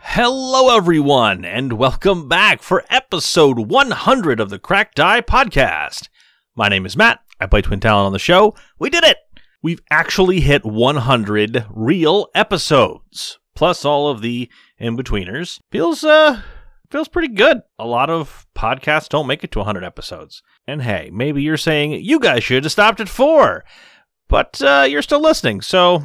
Hello, everyone, and welcome back for episode 100 of the Cracked Eye Podcast. My name is Matt. I play Twin Talon on the show. We did it! We've actually hit 100 real episodes, plus all of the in-betweeners. Feels, uh, feels pretty good. A lot of podcasts don't make it to 100 episodes. And hey, maybe you're saying, you guys should have stopped at four. But, uh, you're still listening, so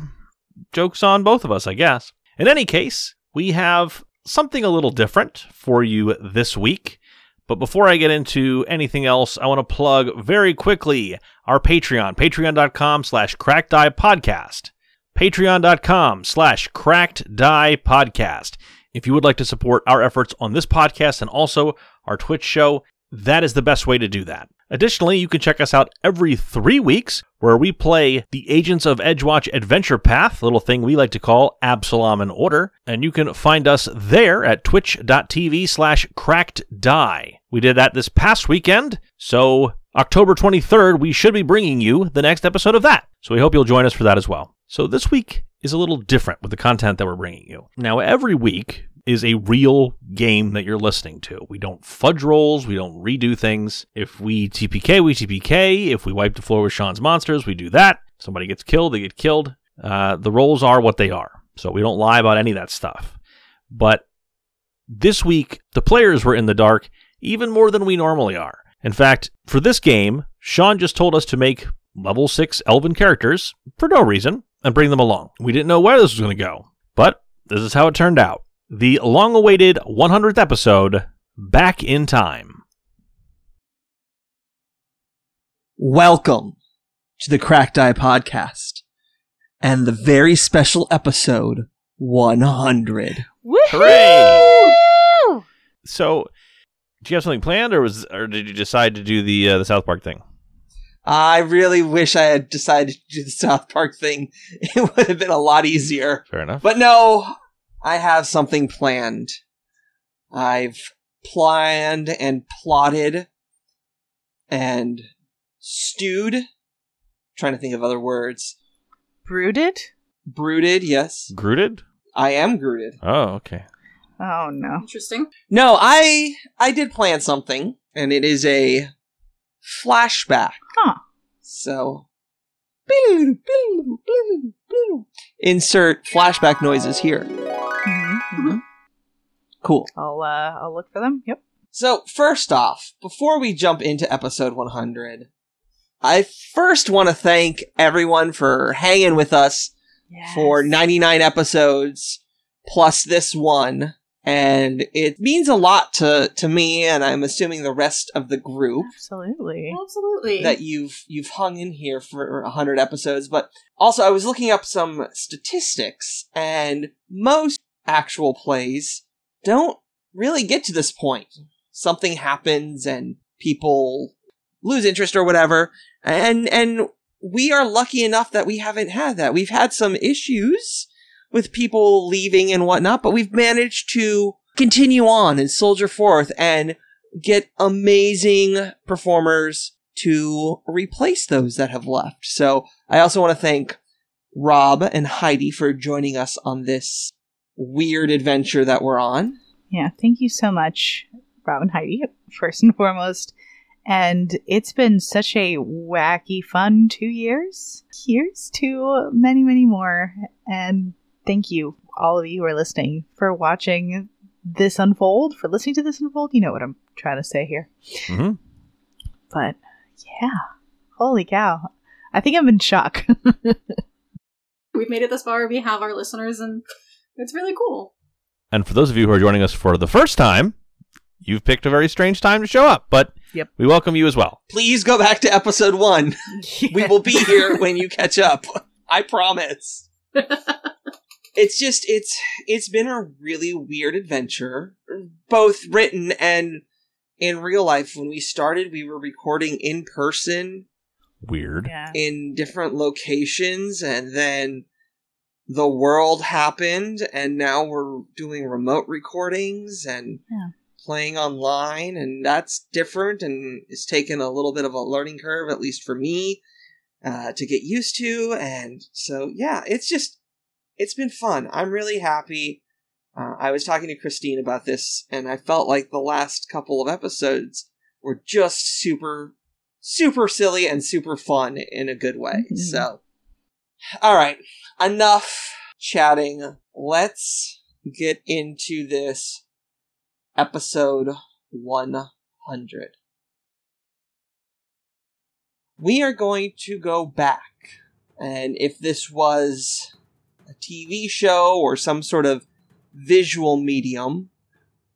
joke's on both of us, I guess. In any case, we have something a little different for you this week. But before I get into anything else, I want to plug very quickly our Patreon, patreon.com slash cracked die podcast. Patreon.com slash cracked die podcast. If you would like to support our efforts on this podcast and also our Twitch show, that is the best way to do that. Additionally, you can check us out every three weeks where we play the Agents of Edgewatch Adventure Path, little thing we like to call Absalom in Order. And you can find us there at twitch.tv slash cracked die. We did that this past weekend, so October 23rd, we should be bringing you the next episode of that. So we hope you'll join us for that as well. So this week is a little different with the content that we're bringing you. Now, every week, is a real game that you're listening to. We don't fudge rolls, we don't redo things. If we TPK, we TPK. If we wipe the floor with Sean's monsters, we do that. Somebody gets killed, they get killed. Uh, the rolls are what they are. So we don't lie about any of that stuff. But this week, the players were in the dark even more than we normally are. In fact, for this game, Sean just told us to make level 6 elven characters for no reason and bring them along. We didn't know where this was going to go, but this is how it turned out the long awaited 100th episode, Back in Time. Welcome to the Cracked Eye Podcast and the very special episode 100. Woo! Hooray! So, do you have something planned, or was, or did you decide to do the uh, the South Park thing? I really wish I had decided to do the South Park thing. It would have been a lot easier. Fair enough. But no, I have something planned. I've planned and plotted and stewed. trying to think of other words. Brooded? Brooded, yes. Grooted? I am grooted. Oh, okay. Oh no. Interesting. No, I I did plan something, and it is a flashback. Huh. So insert flashback noises here. Mhm, mhm. Cool. I'll uh, I'll look for them. Yep. So first off, before we jump into episode 100, I first want to thank everyone for hanging with us for 99 episodes plus this one and it means a lot to to me and i'm assuming the rest of the group Absolutely. Absolutely. that you've you've hung in here for 100 episodes but also i was looking up some statistics and most actual plays don't really get to this point something happens and people lose interest or whatever and and we are lucky enough that we haven't had that we've had some issues with people leaving and whatnot but we've managed to continue on and soldier forth and get amazing performers to replace those that have left. So I also want to thank Rob and Heidi for joining us on this weird adventure that we're on. Yeah. Thank you so much, Rob and Heidi, first and foremost. And it's been such a wacky, fun two years. Here's to many, many more. And thank you, all of you who are listening, for watching this unfold, for listening to this unfold. You know what I'm trying to say here. hmm But yeah. Holy cow. I think I'm in shock. We've made it this far. We have our listeners, and it's really cool. And for those of you who are joining us for the first time, you've picked a very strange time to show up, but Yep. we welcome you as well. Please go back to episode one. We will be here when you catch up. I promise. it's just it's it's been a really weird adventure, both written and in real life. When we started, we were recording in person Weird. Yeah. in different locations and then the world happened and now we're doing remote recordings and Yeah. playing online and that's different and it's taken a little bit of a learning curve at least for me uh, to get used to and so yeah it's just it's been fun i'm really happy Uh, I was talking to Christine about this, and I felt like the last couple of episodes were just super, super silly and super fun in a good way. Mhm. So, all right, enough chatting. Let's get into this episode 100. We are going to go back. And if this was a TV show or some sort of visual medium,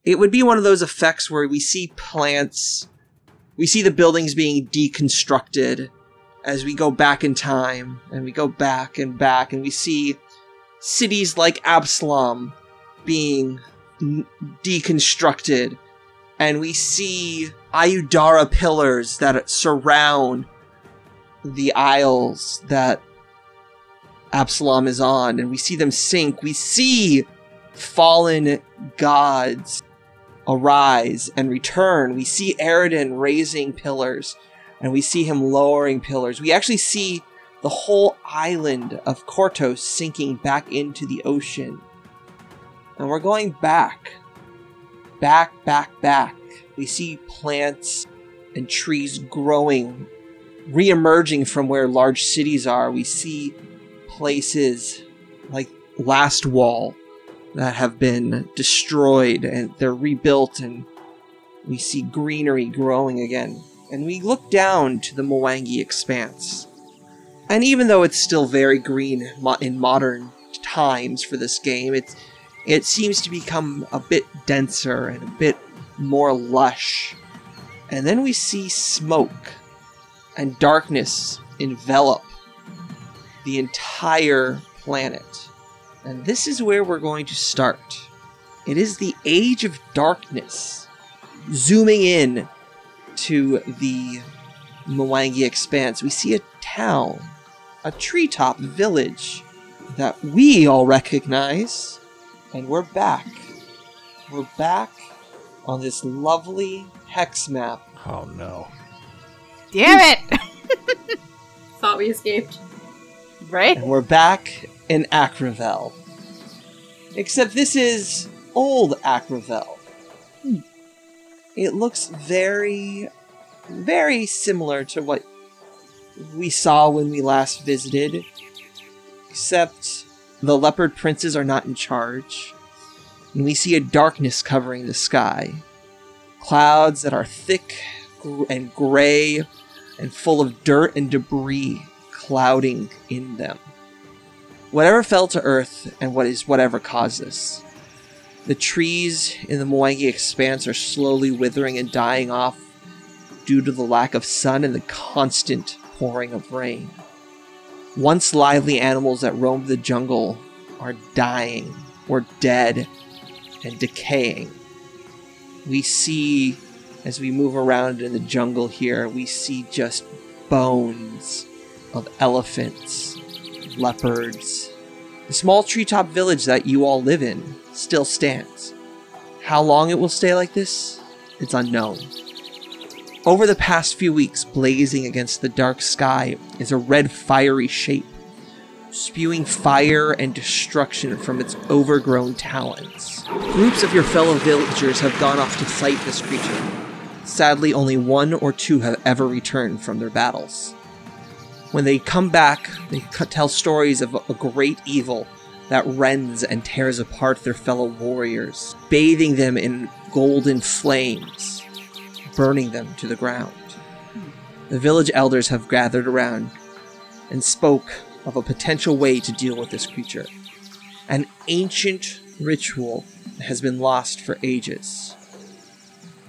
it would be one of those effects where we see plants, we see the buildings being deconstructed as we go back in time, and we go back and back, and we see cities like Absalom being n- deconstructed, and we see Ayudara pillars that surround the isles that Absalom is on, and we see them sink. We see fallen gods arise and return. We see Eridan raising pillars, and we see him lowering pillars. We actually see the whole island of Kortos sinking back into the ocean. And we're going back. Back, back, back. We see plants and trees growing, re emerging from where large cities are. We see places like Last Wall that have been destroyed and they're rebuilt and we see greenery growing again. And we look down to the Mwangi expanse. And even though it's still very green mo- in modern times for this game, it's it seems to become a bit denser and a bit more lush. And then we see smoke and darkness envelop the entire planet. And this is where we're going to start. It is the Age of Darkness, zooming in to the Mwangi Expanse. We see a town, a treetop village that we all recognize, and we're back. We're back on this lovely hex map Oh no. Damn it! Thought we escaped. Right? And we're back in Akravel. Except this is old Akravel. Hmm. It looks very, very similar to what we saw when we last visited. Except the leopard princes are not in charge. And we see a darkness covering the sky. Clouds that are thick gr- and gray and full of dirt and debris clouding in them. Whatever fell to earth and what is whatever caused this. The trees in the Mwangi expanse are slowly withering and dying off due to the lack of sun and the constant pouring of rain. Once lively animals that roamed the jungle are dying or dead and decaying. We see, as we move around in the jungle here, we see just bones of elephants, leopards. The small treetop village that you all live in still stands. How long it will stay like this, it's unknown. Over the past few weeks, blazing against the dark sky is a red fiery shape, spewing fire and destruction from its overgrown talons. Groups of your fellow villagers have gone off to fight this creature. Sadly, only one or two have ever returned from their battles. When they come back, they c- tell stories of a great evil that rends and tears apart their fellow warriors, bathing them in golden flames, burning them to the ground. The village elders have gathered around and spoke of a potential way to deal with this creature. An ancient ritual that has been lost for ages.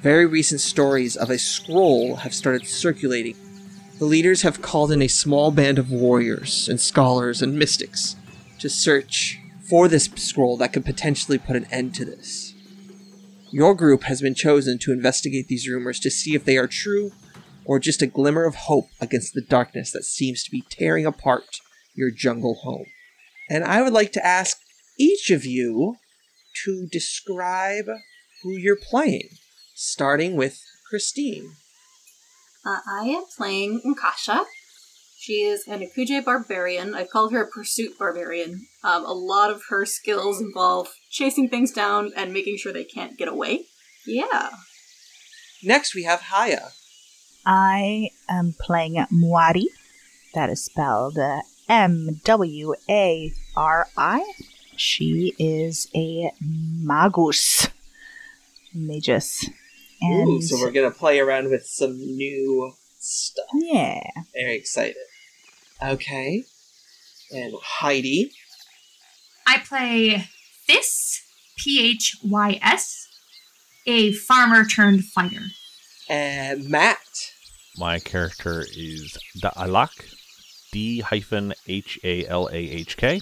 Very recent stories of a scroll have started circulating the leaders have called in a small band of warriors and scholars and mystics to search for this scroll that could potentially put an end to this. Your group has been chosen to investigate these rumors to see if they are true or just a glimmer of hope against the darkness that seems to be tearing apart your jungle home. And I would like to ask each of you to describe who you're playing, starting with Christine. Uh, I am playing Nkasha, She is an Akuje barbarian. I called her a pursuit barbarian. Um, a lot of her skills involve chasing things down and making sure they can't get away. Yeah. Next, we have Haya. I am playing Mwari. That is spelled uh, M W A R I. She is a magus, magus, and Ooh, so we're gonna play around with some new stuff. yeah, Very excited. Okay. And Heidi. I play Phys, P H Y S, a farmer turned fighter. And Matt. My character is Da'alak, D hyphen H A L A H K.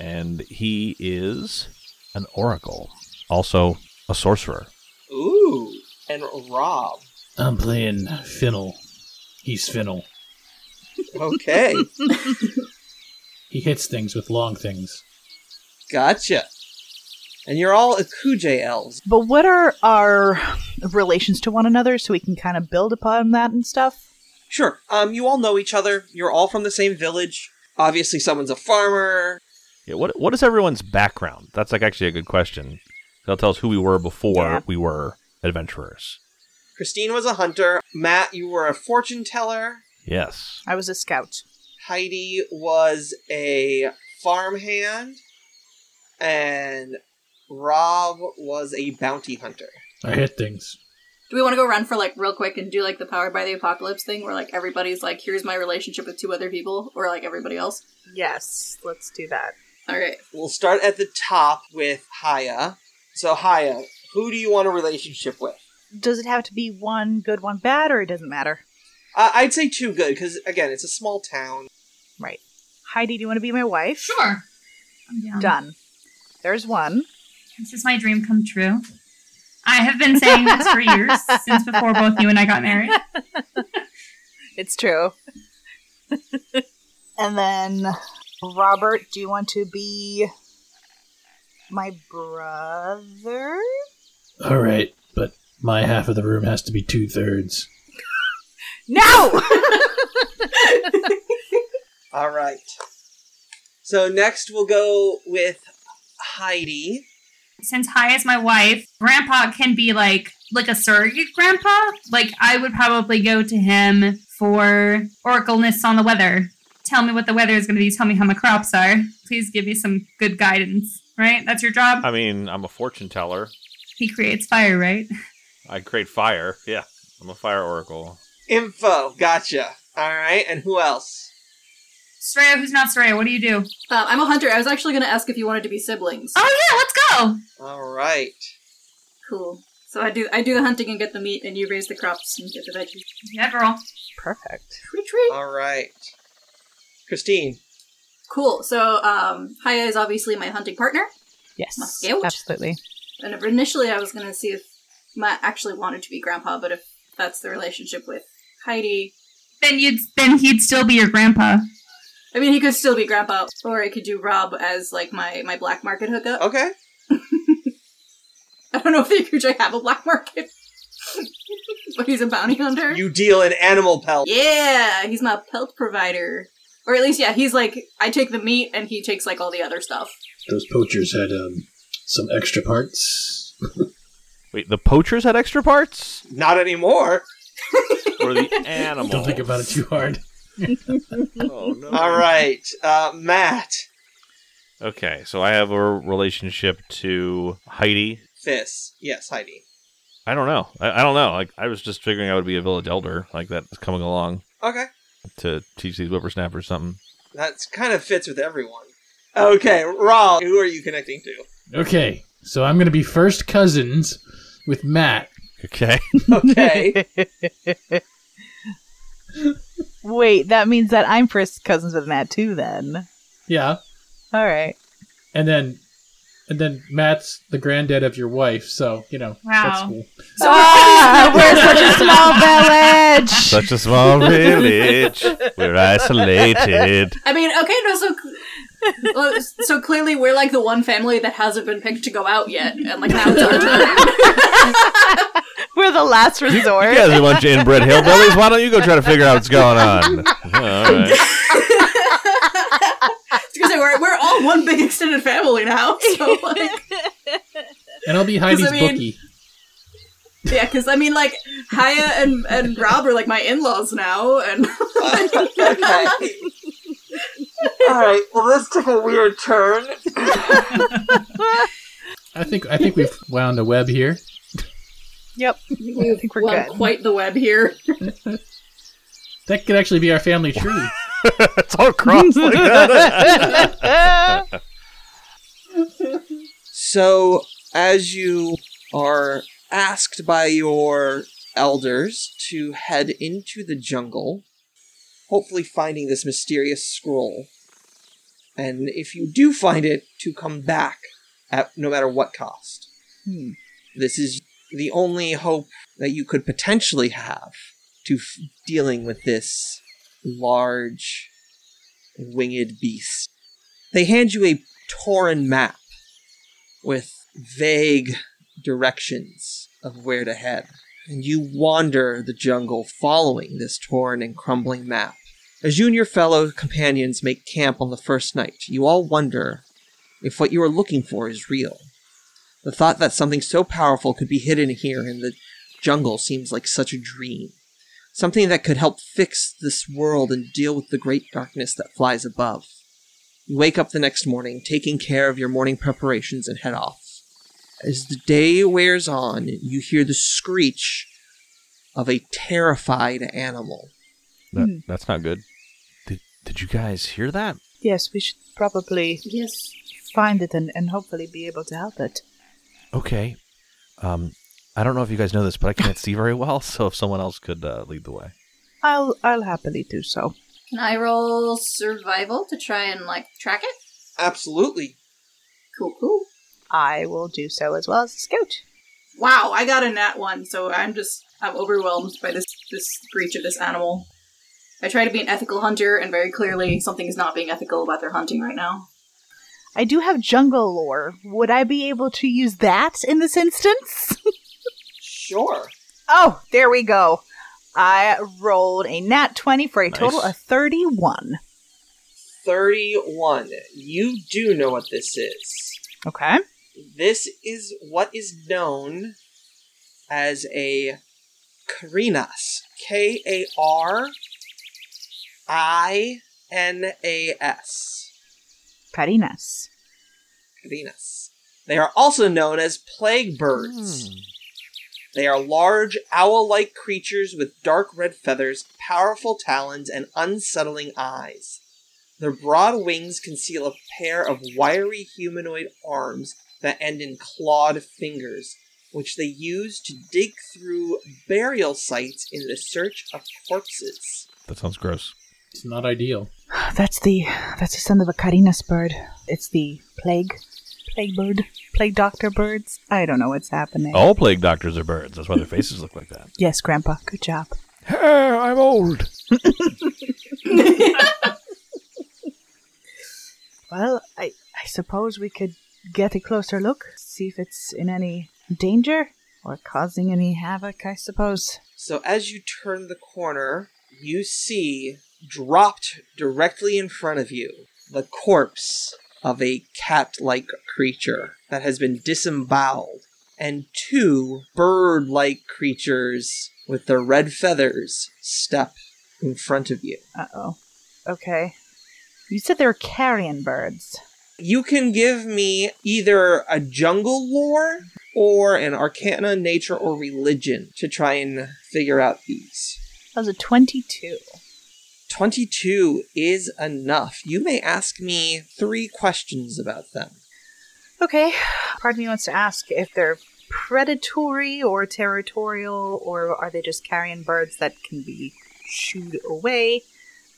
And he is an oracle, also a sorcerer. Ooh. And Rob. I'm playing Finnell. He's Finnell. Okay. He hits things with long things. gotcha. And you're all Akuje elves. But what are our relations to one another so we can kind of build upon that and stuff? Sure. Um, you all know each other. You're all from the same village. Obviously, someone's a farmer. Yeah, what what is everyone's background? That's like actually a good question. They'll tell us who we were before Yeah. we were adventurers. Christine was a hunter. Matt, you were a fortune teller. Yes. I was a scout. Heidi was a farmhand. And Rob was a bounty hunter. I hit things. Do we want to go run for like real quick and do like the Powered by the Apocalypse thing where like everybody's like, here's my relationship with two other people or like everybody else? Yes, let's do that. All right. We'll start at the top with Haya. So, Haya, who do you want a relationship with? Does it have to be one good, one bad, or it doesn't matter? Uh, I'd say two good, because again, it's a small town. Right. Heidi, do you want to be my wife? Sure. I'm down. Done. There's one. Um, This is my dream come true. I have been saying this for years, since before both you and I got married. It's true. and then, Robert, do you want to be my brother? All right, but my half of the room has to be two thirds. No! All right. So, next we'll go with Heidi. Since Hi is my wife, grandpa can be like like a surrogate grandpa. Like I would probably go to him for oracleness on the weather. Tell me what the weather is going to be. Tell me how my crops are. Please give me some good guidance. Right? That's your job. I mean, I'm a fortune teller. He creates fire, right? I create fire. Yeah. I'm a fire oracle. Info. Gotcha. All right. And who else? Soraya, who's not Soraya? What do you do? Um, I'm a hunter. I was actually going to ask if you wanted to be siblings. Oh yeah, let's go. All right. Cool. So I do I do the hunting and get the meat, and you raise the crops and get the veggies. Yeah, girl. Perfect. Tree tree. All right. Christine. Cool. So um, Haya is obviously my hunting partner, Yes. My scout? Absolutely. and initially I was going to see if Matt actually wanted to be grandpa, but if that's the relationship with Heidi, Then you'd then he'd still be your grandpa. I mean he could still be grandpa, or I could do Rob as like my my black market hookup. Okay. I don't know if the Akuja have a black market, but he's a bounty hunter. You deal in animal pelts. yeah, he's my pelt provider, or at least yeah, he's like I take the meat and he takes like all the other stuff. Those poachers had um, some extra parts. Wait, the poachers had extra parts? Not anymore. Or the animals? Don't think about it too hard. Oh, no. All right. Uh, Matt. Okay, so I have a relationship to Heidi. Fizz. Yes, Heidi. I don't know. I, I don't know. Like I was just figuring I would be a village elder, like that is coming along Okay. to teach these whippersnappers something. That kind of fits with everyone. Okay, Rob, who are you connecting to? Okay, so I'm going to be first cousins with Matt. Okay. Okay. Wait, that means that I'm first cousins with Matt too, then. Yeah, All right. and then and then Matt's the granddad of your wife, so you know that's Wow. cool. So ah, we're such a small village. Such a small village. We're isolated. I mean, okay, no, so well, so clearly we're like the one family that hasn't been picked to go out yet, and like now it's our turn. we're the last resort. You guys are a bunch of inbred hillbillies. Why don't you go try to figure out what's going on? All right. because we're, we're all one big extended family now. So, like, And I'll be Heidi's I mean- bookie. yeah, because I mean, like, Haya and, and Rob are like my in laws now, and okay. All right. Well, this took a weird turn. I think I think we've wound a web here. Yep. we've think we're won good. quite the web here. That could actually be our family tree. it's all crossed like that. So, as you are asked by your elders to head into the jungle, hopefully finding this mysterious scroll, and if you do find it, to come back at no matter what cost. Hmm. This is the only hope that you could potentially have to f- dealing with this large winged beast. They hand you a torn map with vague directions of where to head, and you wander the jungle following this torn and crumbling map. As you and your fellow companions make camp on the first night, you all wonder if what you are looking for is real. The thought that something so powerful could be hidden here in the jungle seems like such a dream. Something that could help fix this world and deal with the great darkness that flies above. You wake up the next morning, taking care of your morning preparations, and head off. As the day wears on, you hear the screech of a terrified animal. That- that's not good. Did, did you guys hear that? Yes, we should probably Yes. find it and, and hopefully be able to help it. Okay. Um, I don't know if you guys know this, but I can't see very well, so if someone else could uh, lead the way. I'll I'll happily do so. Can I roll survival to try and, like, track it? Absolutely. Cool, cool. I will do so as well as the scout. Wow, I got a nat one, so I'm just I'm overwhelmed by this this breach of this animal. I try to be an ethical hunter, and very clearly something is not being ethical about their hunting right now. I do have jungle lore. Would I be able to use that in this instance? Sure. oh, there we go. I rolled a nat 20 for a total Nice. of 31. 31. You do know what this is. Okay. This is what is known as a Karinas. K A R I N A S. Pretty nice. Karinas. They are also known as plague Hmm. birds. They are large, owl like creatures with dark red feathers, powerful talons, and unsettling eyes. Their broad wings conceal a pair of wiry humanoid arms that end in clawed fingers, which they use to dig through burial sites in the search of corpses. That sounds gross. It's not ideal. That's the that's the son of a Carinas bird. It's the plague plague bird, plague doctor birds. I don't know what's happening. All plague doctors are birds. That's why their faces look like that. Yes, grandpa. Good job. I'm old. Well, I I suppose we could get a closer look, see if it's in any danger or causing any havoc, I suppose. So as you turn the corner, you see dropped directly in front of you the corpse of a cat like creature that has been disemboweled, and two bird like creatures with their red feathers step in front of you. Uh-oh. Okay. You said they were carrion birds. You can give me either a jungle lore or an arcana, nature, or religion to try and figure out these. That was a 22. 22 is enough. You may ask me three questions about them. Okay. Part of me wants to ask if they're predatory or territorial, or are they just carrion birds that can be shooed away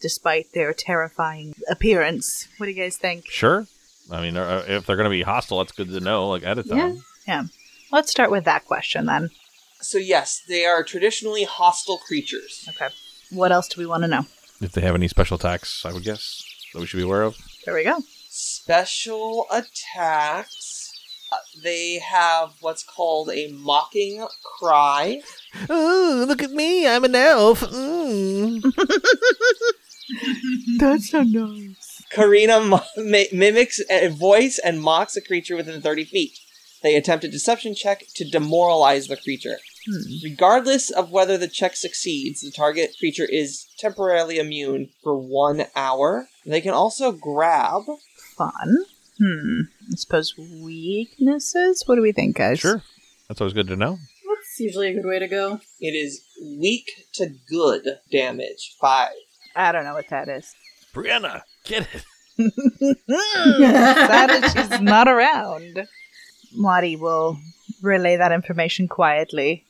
despite their terrifying appearance? What do you guys think? Sure. I mean, uh, if they're going to be hostile, that's good to know, like, at a time. Yeah. Let's start with that question then. So, yes, they are traditionally hostile creatures. Okay. What else do we want to know? If they have any special attacks, I would guess, that we should be aware of. There we go. Special attacks. uh, They have what's called a mocking cry. Oh, look at me. I'm an elf. That's so nice. Karina mo- mi- mimics a voice and mocks a creature within 30 feet. They attempt a deception check to demoralize the creature. Hmm. Regardless of whether the check succeeds, the target creature is temporarily immune for one hour. They can also grab. Fun. Hmm. I suppose weaknesses? What do we think, guys? Sure. That's always good to know. That's usually a good way to go. It is weak to good damage. Five. I don't know what that is. Brianna, get it. Sad that she's not around. Wadi will relay that information quietly.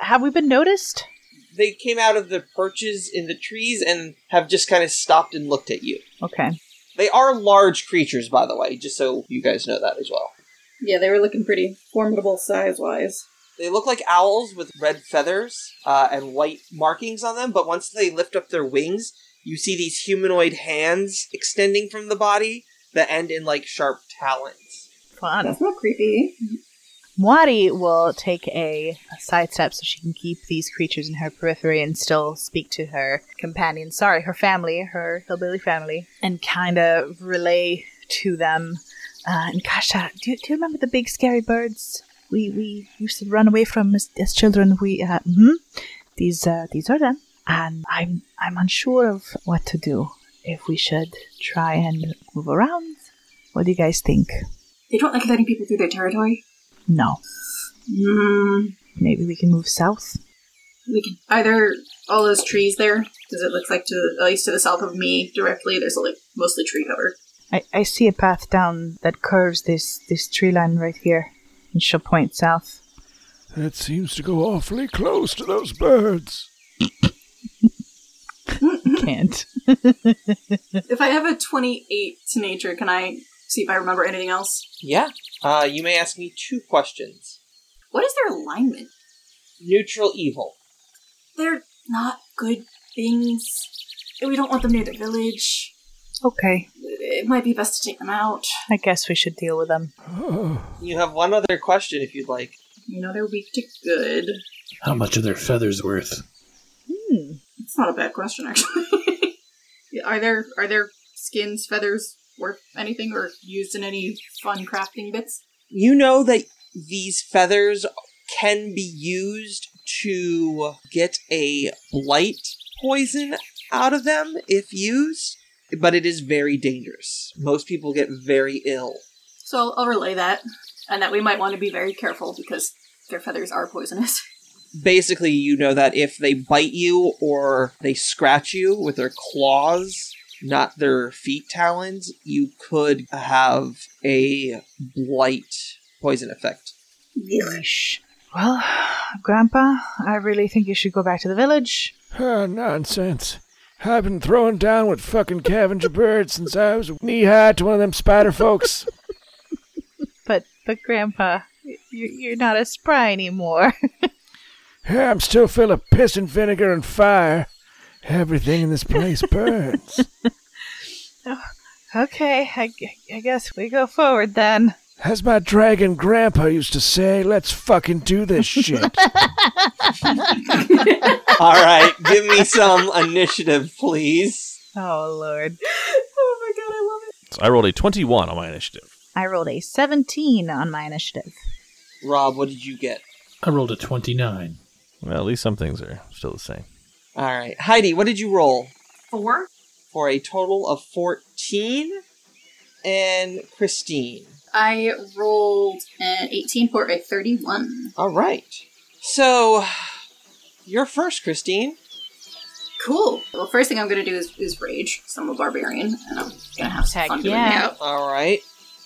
Have we been noticed? They came out of the perches in the trees and have just kind of stopped and looked at you. Okay. They are large creatures, by the way, just so you guys know that as well. Yeah, they were looking pretty formidable size wise. They look like owls with red feathers uh, and white markings on them, but once they lift up their wings, you see these humanoid hands extending from the body that end in like sharp talons. Fun. That's not creepy. Wadi will take a, a sidestep so she can keep these creatures in her periphery and still speak to her companion. Sorry, her family, her hillbilly family, and kind of relay to them. Uh, and Kasha, do, you- do you remember the big scary birds we we used to run away from as, as children? We uh, mhm. these uh, these are them, and I'm I'm unsure of what to do. If we should try and move around, what do you guys think? They don't like letting people through their territory. No, Mm, maybe we can move south. we can either all those trees there, because it looks like to at least to the south of me directly. There's like mostly tree cover. I, I see a path down that curves this this tree line right here, and she'll point south. That seems to go awfully close to those birds. Can't. if I have a twenty-eight to nature, can I see if I remember anything else? Yeah. Uh, you may ask me two questions. What is their alignment? Neutral evil. They're not good things. We don't want them near the village. Okay, It might be best to take them out. I guess we should deal with them. Oh, You have one other question if you'd like. You know they're weak to good. How much are their feathers worth? Hmm. It's not a bad question, actually. Yeah, are there are their skins, feathers worth anything, or used in any fun crafting bits? You know that these feathers can be used to get a blight poison out of them if used, but it is very dangerous. Most people get very ill. So I'll, I'll relay that, and that we might want to be very careful because their feathers are poisonous. Basically, you know that if they bite you or they scratch you with their claws, not their feet talons, you could have a blight poison effect. Yeesh. Well, Grandpa, I really think you should go back to the village. ah, nonsense. I've been throwing down with fucking Cavenger birds since I was knee high to one of them spider folks. But but Grandpa, y- you're you're not a spry anymore. Yeah, I'm still full of piss and vinegar and fire. Everything in this place burns. okay, I, g- I guess we go forward then. As my dragon grandpa used to say, let's fucking do this shit. All right, give me some initiative, please. Oh Lord, oh my god, I love it. So I rolled a 21 on my initiative. I rolled a 17 on my initiative. Rob, what did you get? I rolled a 29. Well, at least some things are still the same. All right. Heidi, what did you roll? Four? For a total of 14. And Christine. I rolled an eighteen for a thirty-one. All right. So, you're first, Christine. Cool. Well, first thing I'm gonna do is, is rage. 'cause I'm a barbarian, and I'm gonna have some Heck fun yeah. doing All right.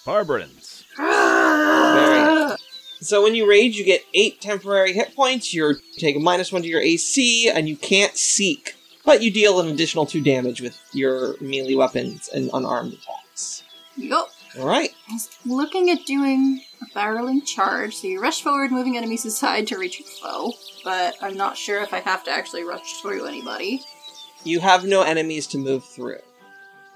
Barbarins. that. So, when you rage, you get eight temporary hit points. You're taking minus one to your AC, and you can't seek. But you deal an additional two damage with your melee weapons and unarmed attacks. Yup. All right. is looking at doing a barreling charge. So you rush forward, moving enemies aside to reach your foe. But I'm not sure if I have to actually rush through anybody. You have no enemies to move through.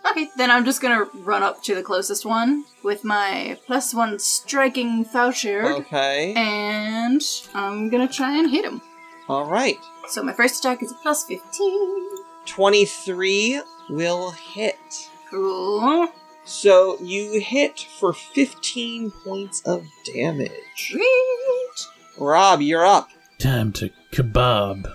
Okay, then I'm just gonna run up to the closest one with my plus one striking Fauchard, Oh. Okay. and I'm gonna try and hit him. All right. So my first attack is a plus 15. 23 will hit. Cool. So you hit for 15 points of damage. Sweet. Rob, you're up. Time to kebab.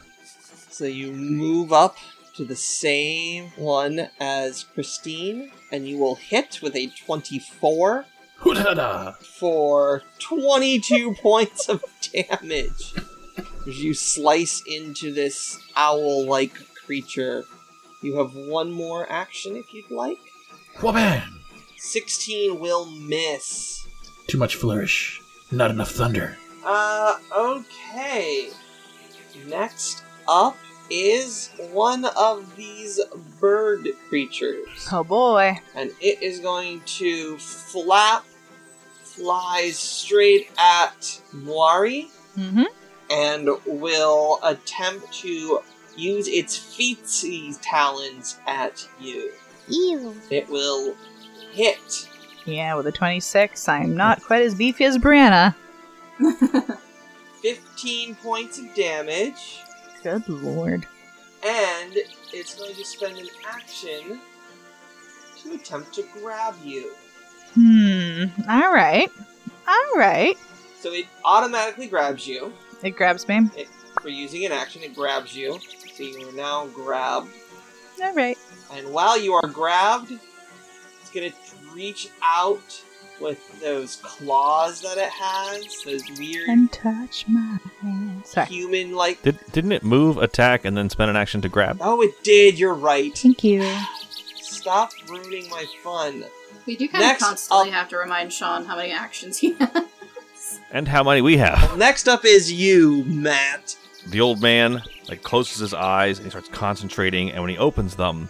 So you move up to the same one as Christine, and you will hit with a 24 Hoodada! for 22 points of damage as you slice into this owl like creature. You have one more action if you'd like. Wabam! 16 will miss. Too much flourish. Not enough thunder. Uh, okay. Next up is one of these bird creatures. Oh boy. And it is going to flap, fly straight at Moari, Mm-hmm. and will attempt to use its feetsies talons at you. Ew. It will hit. Yeah, with a 26, I'm not quite as beefy as Brianna. 15 points of damage. Good lord. and it's going to spend an action to attempt to grab you. Hmm. All right. All right. So it automatically grabs you It grabs me. for using an action. It grabs you, so you are now grabbed. All right. And while you are grabbed, it's going to reach out with those claws that it has, those weird And touch my hand. Sorry. human-like. Did, didn't it move, attack, and then spend an action to grab? Oh, it did. You're right. Thank you. Stop ruining my fun. We do kind Next of constantly up- have to remind Sean how many actions he has. And how many we have? Next up is you, Matt. the old man like closes his eyes and he starts concentrating and when he opens them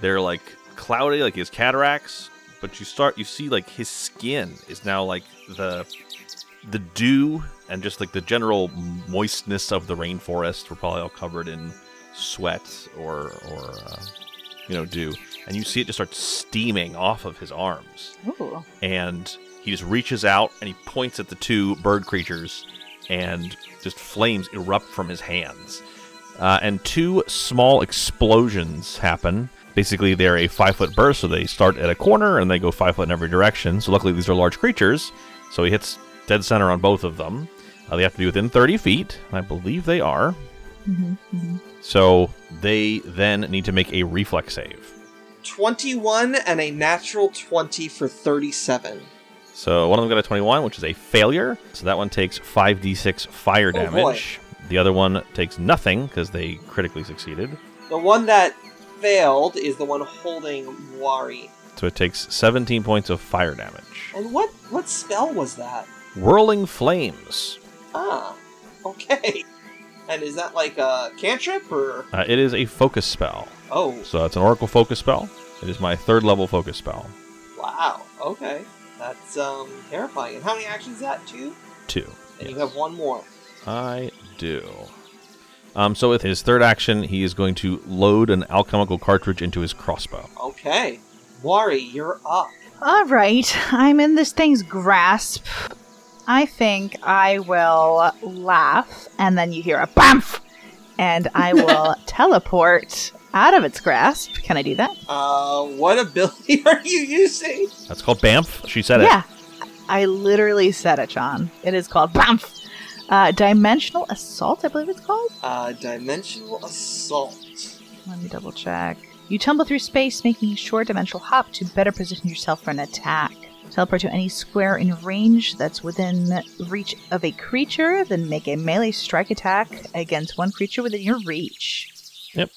they're like cloudy like his cataracts but you start you see like his skin is now like the the dew and just like the general moistness of the rainforest we're probably all covered in sweat or or uh, you know dew and you see it just start steaming off of his arms Ooh. and he just reaches out and he points at the two bird creatures, and just flames erupt from his hands. Uh, and two small explosions happen. Basically, they're a five foot burst, so they start at a corner and they go five foot in every direction. So, luckily, these are large creatures, so he hits dead center on both of them. Uh, they have to be within 30 feet. I believe they are. Mhm, mhm. So, they then need to make a reflex save. 21 and a natural 20 for 37. So one of them got a 21, which is a failure. So that one takes 5d6 fire Oh, boy. damage. the other one takes nothing because they critically succeeded. The one that failed is the one holding Wari. So it takes 17 points of fire damage. And what what spell was that? Whirling flames. Ah, okay. And is that like a cantrip or Uh, it is a focus spell. oh So it's an oracle focus spell. It is my third level focus spell. wow okay that's um terrifying. And how many actions is that? Two. Two. And you Yes. have one more. I do. Um, so with his third action, he is going to load an alchemical cartridge into his crossbow. Okay, Wari, you're up. All right. I'm in this thing's grasp. I think I will laugh, and then you hear a BAMF! And I will teleport out of its grasp. Can I do that? Uh, what ability are you using? That's called Bamf. She said it. yeah. I literally said it, John. It is called BAMF. Uh, Dimensional Assault, I believe it's called. Uh, dimensional assault. Let me double check. You tumble through space, making a short dimensional hop to better position yourself for an attack. Teleport to any square in range that's within reach of a creature, then make a melee strike attack against one creature within your reach. You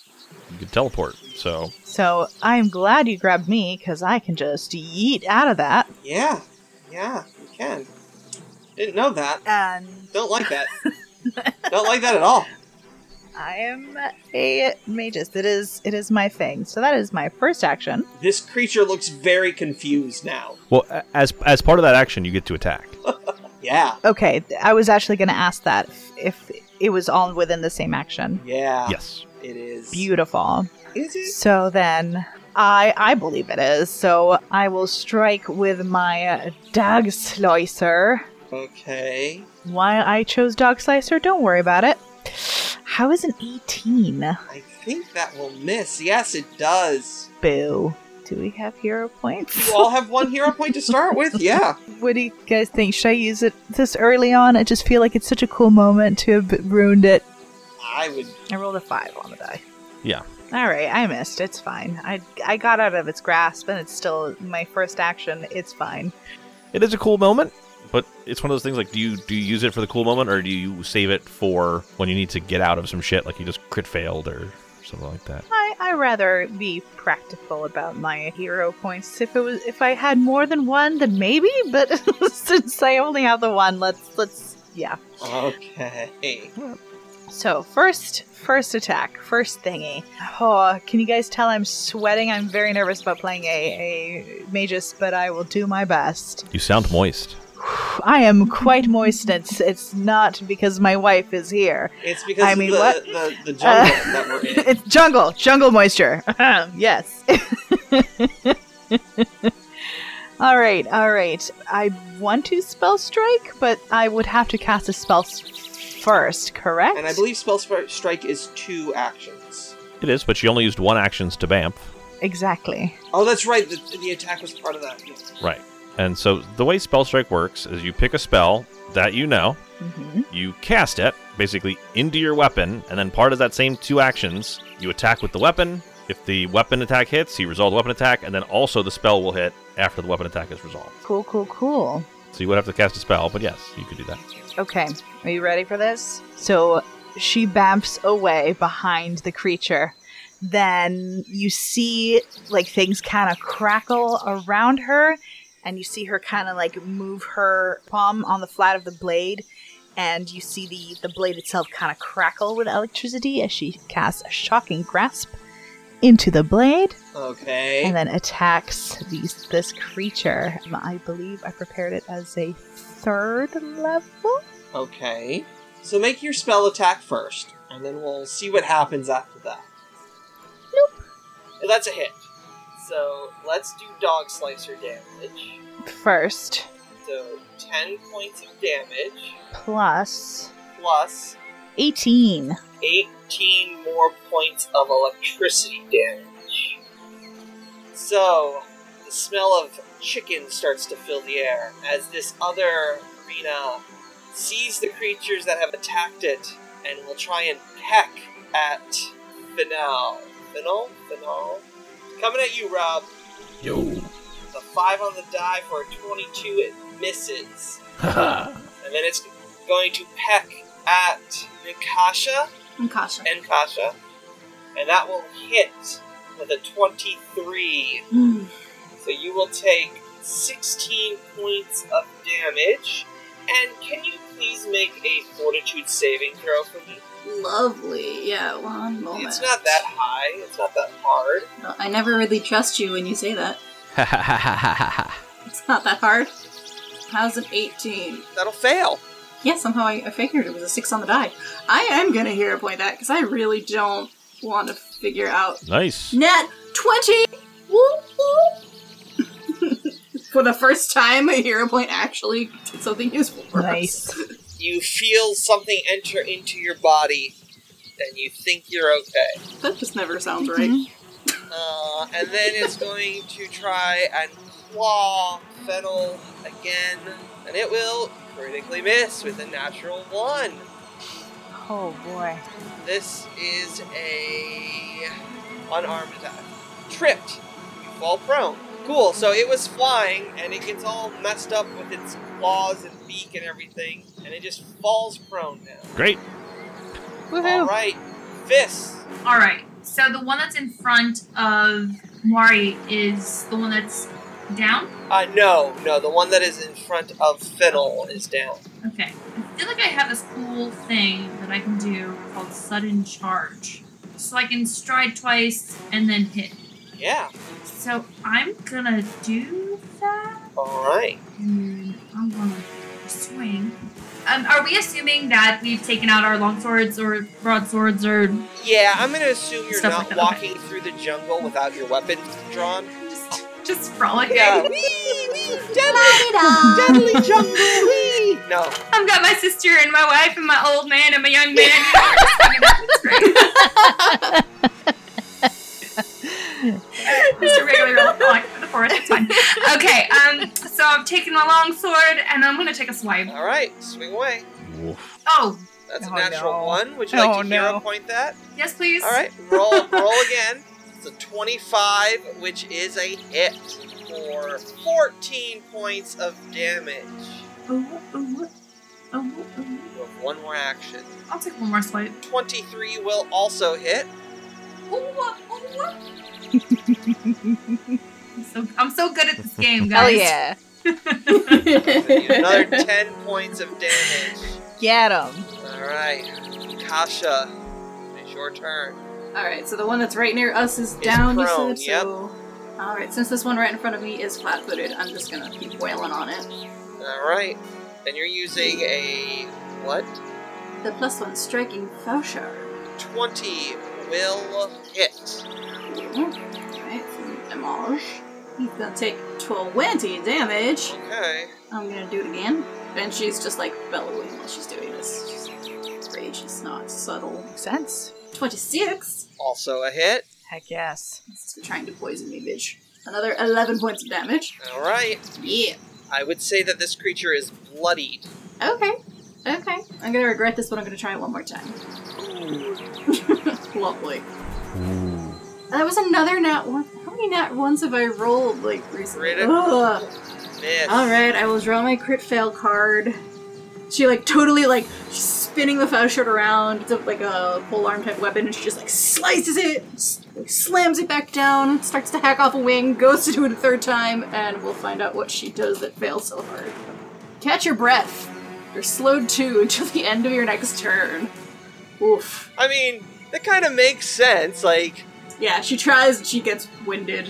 can teleport. So So I'm glad you grabbed me, because I can just yeet out of that. Yeah, yeah, you can. Didn't know that. And Don't like that. Don't like that at all. I am a magus. It is it is my thing. So that is my first action. This creature looks very confused now. Well, a- as as part of that action, you get to attack. Yeah, Okay, I was actually going to ask that if it was all within the same action. yeah. Yes. It is. Beautiful. Is it? So then I I believe it is. So I will strike with my uh, dog slicer. Okay. Why I chose dog slicer, don't worry about it. How is an 18? I think that will miss. Yes, it does. Boo. Do we have hero points? You all have one hero point to start with. Yeah. what do you guys think? Should I use it this early on? I just feel like it's such a cool moment to have ruined it. I would. I rolled a five on the die. Yeah. All right, I missed. It's fine. I I got out of its grasp, and it's still my first action. It's fine. It is a cool moment, but it's one of those things like do you do you use it for the cool moment or do you save it for when you need to get out of some shit like you just crit failed or something like that? I I rather be practical about my hero points. If it was if I had more than one, then maybe. But since I only have the one, let's let's yeah. Okay. So first, first attack, first thingy. Oh, can you guys tell I'm sweating? I'm very nervous about playing a, a magus, but I will do my best. You sound moist. I am quite moist. and It's it's not because my wife is here. It's because I of mean, the, what? the the jungle Uh, that we're in. it's jungle, jungle moisture. yes. all right, all right. I want to spell strike, but I would have to cast a spell s- first, correct? And I believe spell Spri- strike is two actions. It is, but she only used one actions to bamf. exactly. Oh, that's right. The, the attack was part of that. yeah. Right. And so the way spell strike works is you pick a spell that you know, hmm you cast it basically into your weapon, and then part of that same two actions, you attack with the weapon. If the weapon attack hits, you resolve the weapon attack, and then also the spell will hit after the weapon attack is resolved. Cool, cool, cool. So you would have to cast a spell, but yes, you could do that. Okay, are you ready for this? So she bamps away behind the creature. Then you see like things kind of crackle around her, and you see her kind of like move her palm on the flat of the blade, and you see the the blade itself kind of crackle with electricity as she casts a shocking grasp into the blade Okay. and then attacks these this creature. Um, I believe I prepared it as a third level. Okay. So make your spell attack first, and then we'll see what happens after that. Nope. That's a hit. So let's do dog slicer damage. first So 10 points of damage plus plus 18. 18 more points of electricity damage. So, the smell of chicken starts to fill the air as this other arena sees the creatures that have attacked it and will try and peck at Finale. Finale? Finale? Coming at you, Rob. Yo. The 5 on the die for a 22, it misses. Haha. And then it's going to peck at Nikasha. I'm Kasha. and Kasha, and that will hit with a 23. Mm. So you will take 16 points of damage. And can you please make a fortitude saving throw for me? Lovely. Yeah, one moment. It's not that high, it's not that hard. I never really trust you when you say that. It's not that hard. How's an 18? That'll fail. Yeah, somehow I, I figured it was a 6 on the die. I am gonna hero point that because I really don't want to figure out. Nice. Net 20! Woo, woo. for the first time, a hero point actually did something useful for us. Nice. You feel something enter into your body, and you think you're okay. That just never sounds right. Uh, and then it's going to try and claw Fennel again, and it will critically miss with a natural one. Oh boy. This is a unarmed attack. Tripped. You fall prone. Cool. So it was flying, and it gets all messed up with its claws and beak and everything, and it just falls prone now. Great. All Woohoo! right, fists. All right. So the one that's in front of Mari is the one that's down. Uh, no, no. The one that is in front of Fennel is down. Okay. I feel like I have this cool thing that I can do called sudden charge. So I can stride twice and then hit. Yeah. So I'm gonna do that. All right. And Mm, I'm gonna swing. Um, are we assuming that we've taken out our longswords or broadswords or Yeah, I'm gonna assume you're Stuff not like that, walking through the jungle without your weapon drawn. just just frolicking. Yeah. Deadly, deadly jungle. wee! No, I've got my sister and my wife and my old man and my young man. and we're just hanging out. It's great. Just a regular old frolic for the fourth. It's fine. Okay, um, so I've taken my long sword and I'm gonna take a swipe. all right, swing away. Oof. Oh, That's Oh, a natural no. one. Would you Oh, like to no. hero point that? yes, please. All right, roll, roll again. It's a twenty-five, which is a hit for fourteen points of damage. Ooh, ooh, ooh, ooh. You have one more action. oh, I'll take one more swipe. Twenty-three will also hit. Ooh, ooh. I'm so, I'm so good at this game, Hell guys. yeah. Another ten points of damage. Get him. All right, Kasha, it's your turn. All right, so the one that's right near us is down. prone, you said so. All right, since this one right in front of me is flat-footed, I'm just gonna keep wailing on it. All right, then you're using a what? The plus one striking Fauchard. Twenty will hit. Alright, damage. He's gonna take 20 damage. Okay. I'm gonna do it again. And she's just like bellowing while she's doing this. She's it's rage is not subtle. Makes sense. 26. Also a hit. Heck yes. It's trying to poison me, bitch. Another 11 points of damage. All right. Yeah. I would say that this creature is bloodied. Okay. Okay. I'm gonna regret this, but I'm gonna try it one more time. Lovely. That was another nat one. How many nat ones have I rolled like recently? Critical. Ugh. Miss. All right, I will draw my crit fail card. She like totally like spinning the faux shirt around. It's a, like a pole arm type weapon, and she just like slices it, s- like, slams it back down, starts to hack off a wing, goes to do it a third time, and we'll find out what she does that fails so hard. Catch your breath. You're slowed two until the end of your next turn. Oof. I mean, that kind of makes sense. Like, Yeah, she tries. and She gets winded.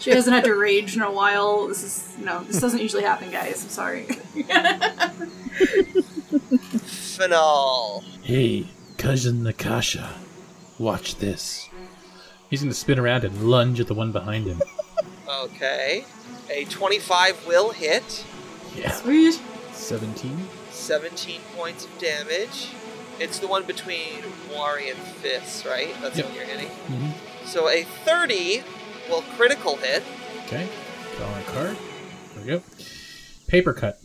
She hasn't had to rage in a while. This is no. This doesn't usually happen, guys. I'm sorry. Phenol. Hey, cousin Nakasha, watch this. He's gonna spin around and lunge at the one behind him. Okay. A 25 will hit. Yeah. Sweet. 17? 17 points of damage. It's the one between Wari and Fists, right? That's Yep. what you're hitting. Mm-hmm. So a 30 will critical hit. Okay. Draw my card. There we go. Paper cut.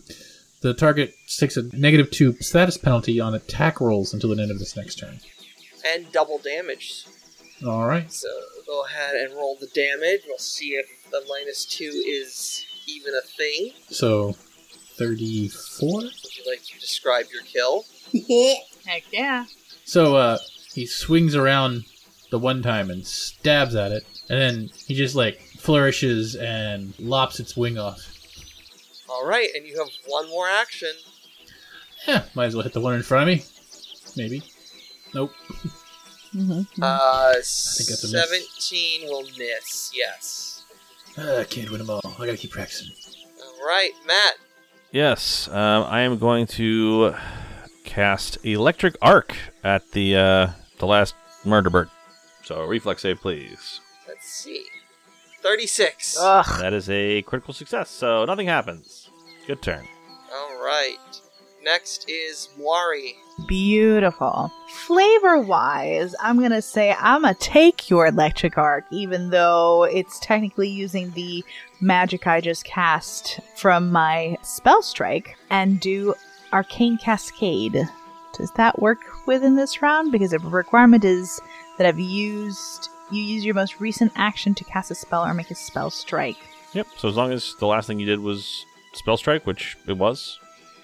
The target takes a negative two status penalty on attack rolls until the end of this next turn. and double damage. All right. So go ahead and roll the damage. We'll see if the minus two is even a thing. So, 34. Would you like to describe your kill? Heck yeah. So uh, he swings around the one time and stabs at it, and then he just like flourishes and lops its wing off. All right, and you have one more action. Yeah, might as well hit the one in front of me. Maybe. Nope. Mm-hmm. Uh, think that's a miss. seventeen will miss. Yes. Uh, can't win them all. I gotta keep practicing. All right, Matt. Yes, um, I am going to cast Electric Arc at the uh, the last murder bird. So reflex save, please. Let's see. Thirty-six. Ugh. That is a critical success, so nothing happens. Good turn. All right. Next is Wari. Beautiful. Flavor wise, I'm going to say I'm going to take your electric arc, even though it's technically using the magic I just cast from my spell strike, and do arcane cascade. Does that work within this round? Because the requirement is that I've used. You use your most recent action to cast a spell or make a spell strike. Yep. So as long as the last thing you did was spell strike, which it was.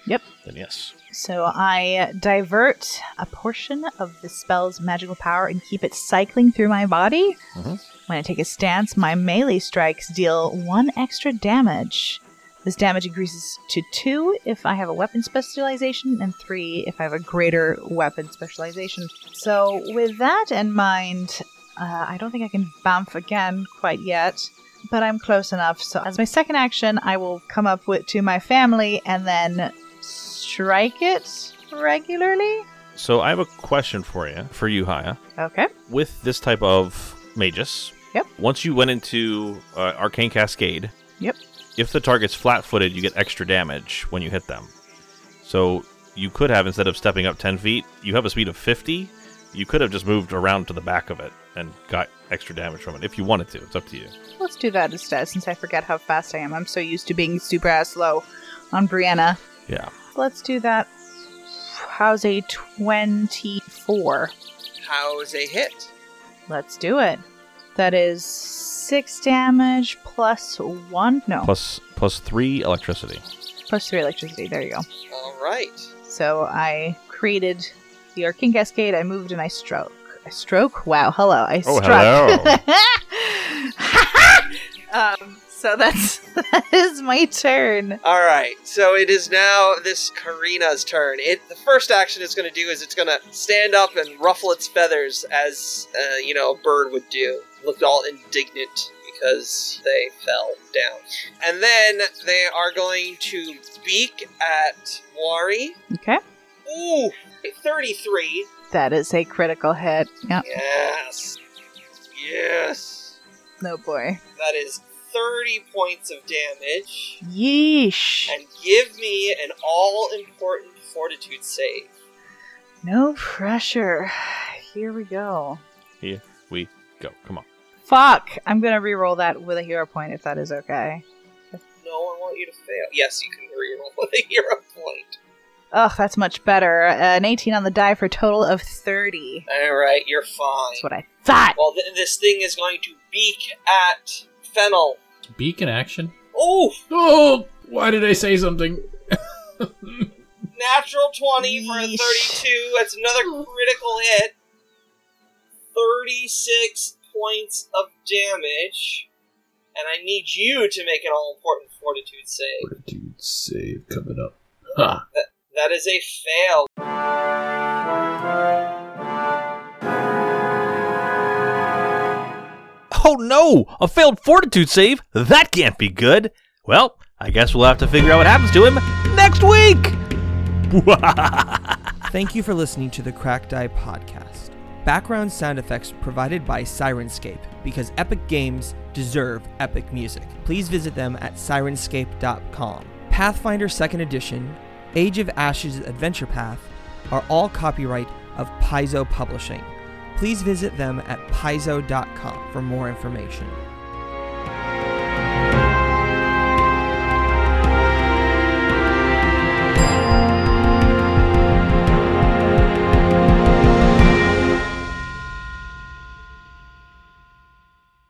Yep. Then yes. So I divert a portion of the spell's magical power and keep it cycling through my body. Mhm. When I take a stance, my melee strikes deal one extra damage. This damage increases to two if I have a weapon specialization, and three if I have a greater weapon specialization. So, with that in mind, uh, I don't think I can bamf again quite yet, but I'm close enough. So, as my second action, I will come up with to my family and then strike it regularly. So I have a question for you, for you, Haya. Okay. With this type of magus, Yep. Once you went into uh, Arcane Cascade, Yep. if the target's flat footed, you get extra damage when you hit them. So you could have, instead of stepping up 10 feet, you have a speed of 50. You could have just moved around to the back of it and got extra damage from it if you wanted to. It's up to you. Let's do that instead, since I forget how fast I am. I'm so used to being super ass slow on Brianna. Yeah. Let's do that. How's a 24? How's a hit? Let's do it. That is six damage plus one. No, Plus, plus, plus three electricity. plus three electricity. There you go. All right. So I created the Arcane Cascade. I moved and I stroke. I stroke? Wow. Hello. I Oh, struck. um, so that's that is my turn. All right. So it is now this Karina's turn. It the first action it's going to do is it's going to stand up and ruffle its feathers as uh, you know a bird would do. Looked all indignant because they fell down. And then they are going to beak at Wari. Okay. Ooh, 33. That is a critical hit. Yep. Yes. Yes. No boy. That is 30 points of damage. Yeesh. And give me an all important fortitude save. No pressure. Here we go. We go. Come on. Fuck. I'm gonna reroll that with a hero point if that is okay. No, I want you to fail. Yes, you can reroll with a hero point. Ugh, that's much better. An 18 on the die for a total of 30. Alright, you're fine. That's what I thought. Well, th- this thing is going to beak at Fennel. Beak in action. Ooh, Oh, why did I say something? natural 20 for a Yeesh. 32. That's another critical hit. 36 points of damage. And I need you to make an all important fortitude save. Fortitude save coming up. Ha! That is a fail. Oh no! A failed fortitude save? That can't be good! Well, I guess we'll have to figure out what happens to him next week! Thank you for listening to the Cracked Eye Podcast. Background sound effects provided by Sirenscape because epic games deserve epic music. Please visit them at sirenscape.com. Pathfinder 2nd Edition, Age of Ashes Adventure Path are all copyright of Paizo Publishing. Please visit them at paizo.com for more information.